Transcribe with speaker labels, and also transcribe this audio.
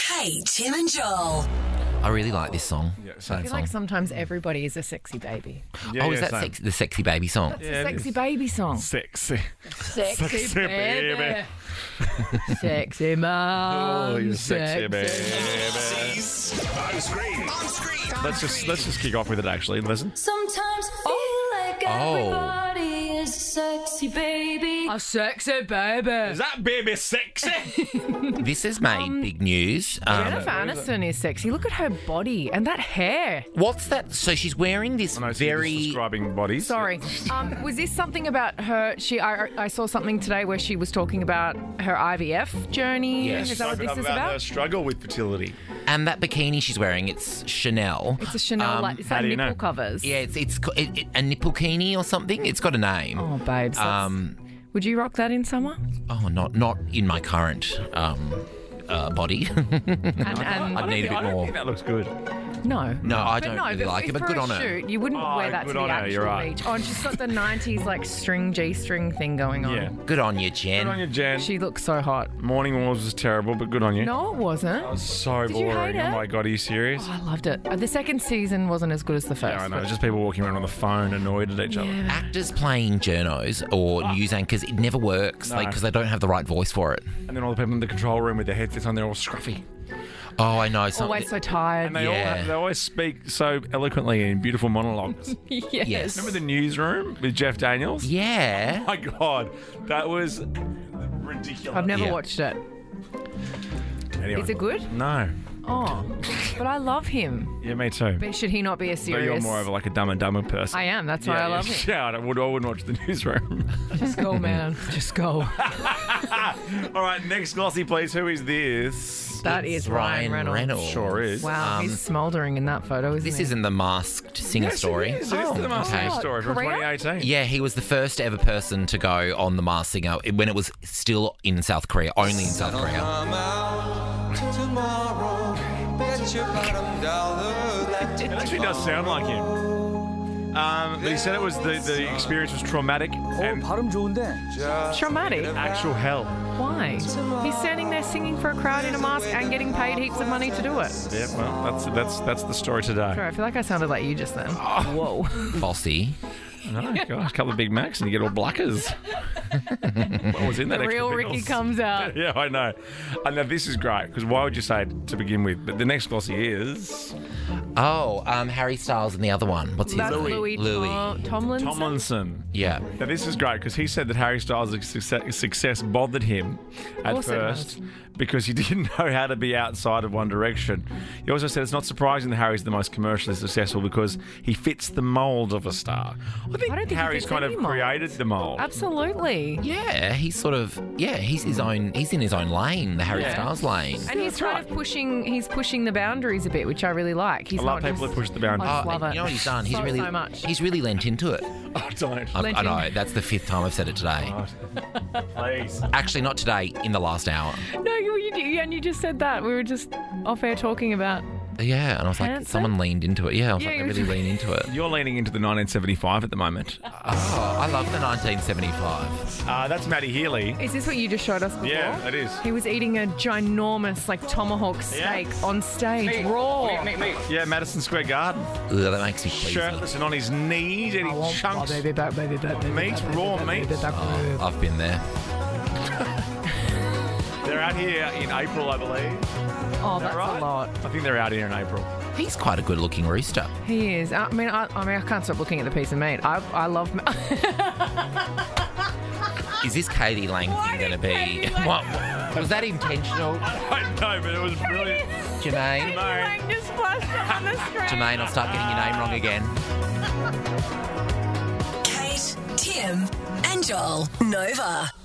Speaker 1: Hey, Tim and Joel.
Speaker 2: I really like this song.
Speaker 3: Yeah, same
Speaker 4: I feel
Speaker 3: song.
Speaker 4: like sometimes everybody is a sexy baby.
Speaker 3: Yeah,
Speaker 2: oh,
Speaker 3: yeah,
Speaker 2: is that
Speaker 3: same.
Speaker 2: sex, the sexy baby song?
Speaker 4: It's
Speaker 3: Yeah,
Speaker 4: a
Speaker 3: it
Speaker 4: sexy
Speaker 3: is.
Speaker 4: baby song.
Speaker 3: Sexy.
Speaker 4: Sexy,
Speaker 3: Sexy baby.
Speaker 4: sexy mom.
Speaker 3: Oh, you sexy baby.
Speaker 5: On screen. On screen.
Speaker 3: Let's just let's just kick off with it actually and listen.
Speaker 6: Sometimes I feel like
Speaker 2: Oh.
Speaker 6: everybody is a sexy baby.
Speaker 4: A sexy baby.
Speaker 3: Is that baby sexy?
Speaker 2: This has made big news. Um,
Speaker 4: Jennifer Aniston is sexy. Look at her body and that hair.
Speaker 2: What's that? So she's wearing this
Speaker 3: I know, so you're just
Speaker 2: very.
Speaker 3: describing bodies.
Speaker 4: Sorry. Um, was this something about her? She, I, I saw something today where she was talking about her IVF journey.
Speaker 2: Yes.
Speaker 4: Is that what this is
Speaker 5: her
Speaker 4: about?
Speaker 5: struggle with fertility.
Speaker 2: And that bikini she's wearing, it's Chanel.
Speaker 4: It's a Chanel.
Speaker 2: Um,
Speaker 4: like, it's like
Speaker 3: do you
Speaker 4: nipple
Speaker 3: know?
Speaker 4: covers.
Speaker 2: Yeah, it's it's co- it, it, a nippelkini or something. It's got a name.
Speaker 4: Oh, babes. Um,
Speaker 2: um,
Speaker 4: would you rock that in summer?
Speaker 2: oh, not not in my current um, uh, body.
Speaker 4: And, and
Speaker 2: I'd need a
Speaker 3: I
Speaker 2: bit
Speaker 3: don't
Speaker 2: more.
Speaker 3: think that looks good.
Speaker 4: no.
Speaker 2: No, I don't
Speaker 4: no,
Speaker 2: really like it,
Speaker 4: if
Speaker 2: but
Speaker 4: for
Speaker 2: good
Speaker 4: a
Speaker 2: on her.
Speaker 4: shoot, You wouldn't
Speaker 3: Oh,
Speaker 4: wear that to
Speaker 3: good
Speaker 4: the
Speaker 3: on her,
Speaker 4: actual
Speaker 3: you're right.
Speaker 4: beach. Oh, and she's got the '90s like string G-string thing going on.
Speaker 3: Yeah.
Speaker 2: Good on you, Jen.
Speaker 3: Good on you, Jan.
Speaker 4: She looks so hot.
Speaker 3: Morning Wars was terrible, but good on you.
Speaker 4: No, it wasn't.
Speaker 3: So
Speaker 4: Did you hate
Speaker 3: boring.
Speaker 4: it?
Speaker 3: Oh my god, are you serious?
Speaker 4: Oh, I loved it. Uh, The second season wasn't as good as the first.
Speaker 3: Yeah, I know. It's Just people walking around on the phone, annoyed at each other.
Speaker 2: Actors playing journos or
Speaker 3: Ah.
Speaker 2: news anchors, it never works because they don't have the right voice for it.
Speaker 3: And then all the people in the control room with their headsets on, they're all scruffy.
Speaker 2: Oh, I know. Some,
Speaker 4: Always so tired.
Speaker 3: And they all
Speaker 2: Yeah.
Speaker 3: have, they always speak so eloquently in beautiful monologues.
Speaker 4: yes.
Speaker 2: Yes.
Speaker 3: Remember the newsroom with Jeff Daniels?
Speaker 2: yeah.
Speaker 3: my god, that was ridiculous.
Speaker 4: I've never
Speaker 2: Yeah.
Speaker 4: watched it.
Speaker 3: Anyway.
Speaker 4: Is it good?
Speaker 3: No.
Speaker 4: Oh, but I love him.
Speaker 3: Yeah, me too.
Speaker 4: But should he not be a
Speaker 3: But
Speaker 4: serious?
Speaker 3: you're more of like a dumb and dumber person.
Speaker 4: I am. That's why
Speaker 3: yeah,
Speaker 4: I love
Speaker 3: yeah.
Speaker 4: him.
Speaker 3: Yeah, I would. I wouldn't watch the newsroom.
Speaker 4: Just go, man. Just go.
Speaker 3: All right, next glossy, please. Who is this?
Speaker 4: That is Ryan Reynolds.
Speaker 3: Sure is.
Speaker 4: Wow,
Speaker 2: Um,
Speaker 4: he's smouldering in that photo, isn't
Speaker 2: This
Speaker 4: he?
Speaker 2: isn't the masked singer
Speaker 3: Yes, it
Speaker 2: story. Oh,
Speaker 3: is. It is the Masked
Speaker 2: okay.
Speaker 3: Singer story from
Speaker 4: Oh, Korea?
Speaker 3: 2018.
Speaker 2: Yeah, he was the first ever person to go on the Mars Singer when it was still in South Korea, only in South Korea.
Speaker 7: I'm out tomorrow. Bet your bottom dollar that
Speaker 3: It actually does sound like him. Um, they said it was the, the experience was traumatic
Speaker 4: Oh,
Speaker 3: and
Speaker 4: Traumatic.
Speaker 3: actual hell.
Speaker 4: Why? He's standing there singing for a crowd in a mask and getting paid heaps of money to do it.
Speaker 3: Yeah, well, that's that's that's the story today.
Speaker 4: Sorry, I feel like I sounded like you just then.
Speaker 3: Oh.
Speaker 4: Whoa.
Speaker 2: Bossy.
Speaker 3: No, Oh, gosh, a couple of Big Macs and you get all blackers. what was in that?
Speaker 4: The
Speaker 3: extra
Speaker 4: real
Speaker 3: thing?
Speaker 4: Ricky comes out.
Speaker 3: Yeah, I know. And now this is great because why would you say it to begin with? But the next glossy is
Speaker 2: Oh, um, Harry Styles and the other one. What's his
Speaker 4: That's
Speaker 2: name?
Speaker 4: Louis, Tom- Tomlinson.
Speaker 3: Tomlinson.
Speaker 2: Yeah.
Speaker 3: Now this is great because he said that Harry Styles' success, success bothered him at
Speaker 4: course it
Speaker 3: first because he didn't know how to be outside of One Direction. He also said it's not surprising that Harry's the most commercially successful because he fits the mold of a star. I think,
Speaker 4: I don't think he
Speaker 3: Harry's
Speaker 4: fits
Speaker 3: kind of
Speaker 4: any mould.
Speaker 3: created the mold.
Speaker 4: Absolutely.
Speaker 2: Yeah, he's sort of yeah, he's his own he's in his own lane, the Harry
Speaker 3: Yeah.
Speaker 2: Styles lane.
Speaker 4: And he's kind of pushing. He's pushing the boundaries a bit, which I really like. He's
Speaker 3: I love
Speaker 4: not Uh,
Speaker 3: people
Speaker 4: just-
Speaker 3: that push the
Speaker 4: I
Speaker 3: boundaries.
Speaker 4: just love
Speaker 2: Oh, and
Speaker 4: it.
Speaker 2: you know what he's done? He's
Speaker 4: So,
Speaker 2: really
Speaker 4: so much.
Speaker 2: he's really lent into it.
Speaker 3: I don't.
Speaker 2: I,
Speaker 4: Lent
Speaker 2: I know,
Speaker 4: in.
Speaker 2: that's the fifth time I've said it today.
Speaker 3: Please.
Speaker 2: Actually not today, in the last hour.
Speaker 4: No, you, you, you- and you just said that. We were just off air talking about.
Speaker 2: Yeah, and I was like,
Speaker 4: Handsome?
Speaker 2: someone leaned into it. Yeah, I was like,
Speaker 4: Yeah,
Speaker 2: they
Speaker 4: you-
Speaker 2: really lean into it.
Speaker 3: You're leaning into the 1975 at the moment.
Speaker 2: Oh, I love the 1975.
Speaker 3: Uh, that's Maddie Healy.
Speaker 4: Is this what you just showed us before?
Speaker 3: Yeah, that is.
Speaker 4: He was eating a ginormous like tomahawk steak on stage, raw.
Speaker 3: Yeah, Madison Square Garden.
Speaker 2: Ugh, that makes me queasy.
Speaker 3: Shirtless and on his knees, eating chunks of
Speaker 4: back, oh, baby back, baby
Speaker 3: meat, raw meat.
Speaker 2: Oh, I've been there.
Speaker 3: They're out here in April, I believe.
Speaker 4: Oh, that's
Speaker 3: right?
Speaker 4: a lot.
Speaker 3: I think they're out here in April.
Speaker 2: He's quite a good-looking rooster.
Speaker 4: He is. I mean, I, I mean, I can't stop looking at the piece of meat. I, I love. me-
Speaker 2: Is this Katie Lang
Speaker 4: Why
Speaker 2: going to
Speaker 4: did
Speaker 2: be?
Speaker 4: Katie Lang-
Speaker 2: What, was that intentional,
Speaker 3: I know, but it was brilliant.
Speaker 2: Jermaine?
Speaker 3: Mate.
Speaker 4: just splashed it on the screen.
Speaker 2: Jermaine, I'll start getting your name wrong again.
Speaker 1: Kate, Tim, and Joel. Nova.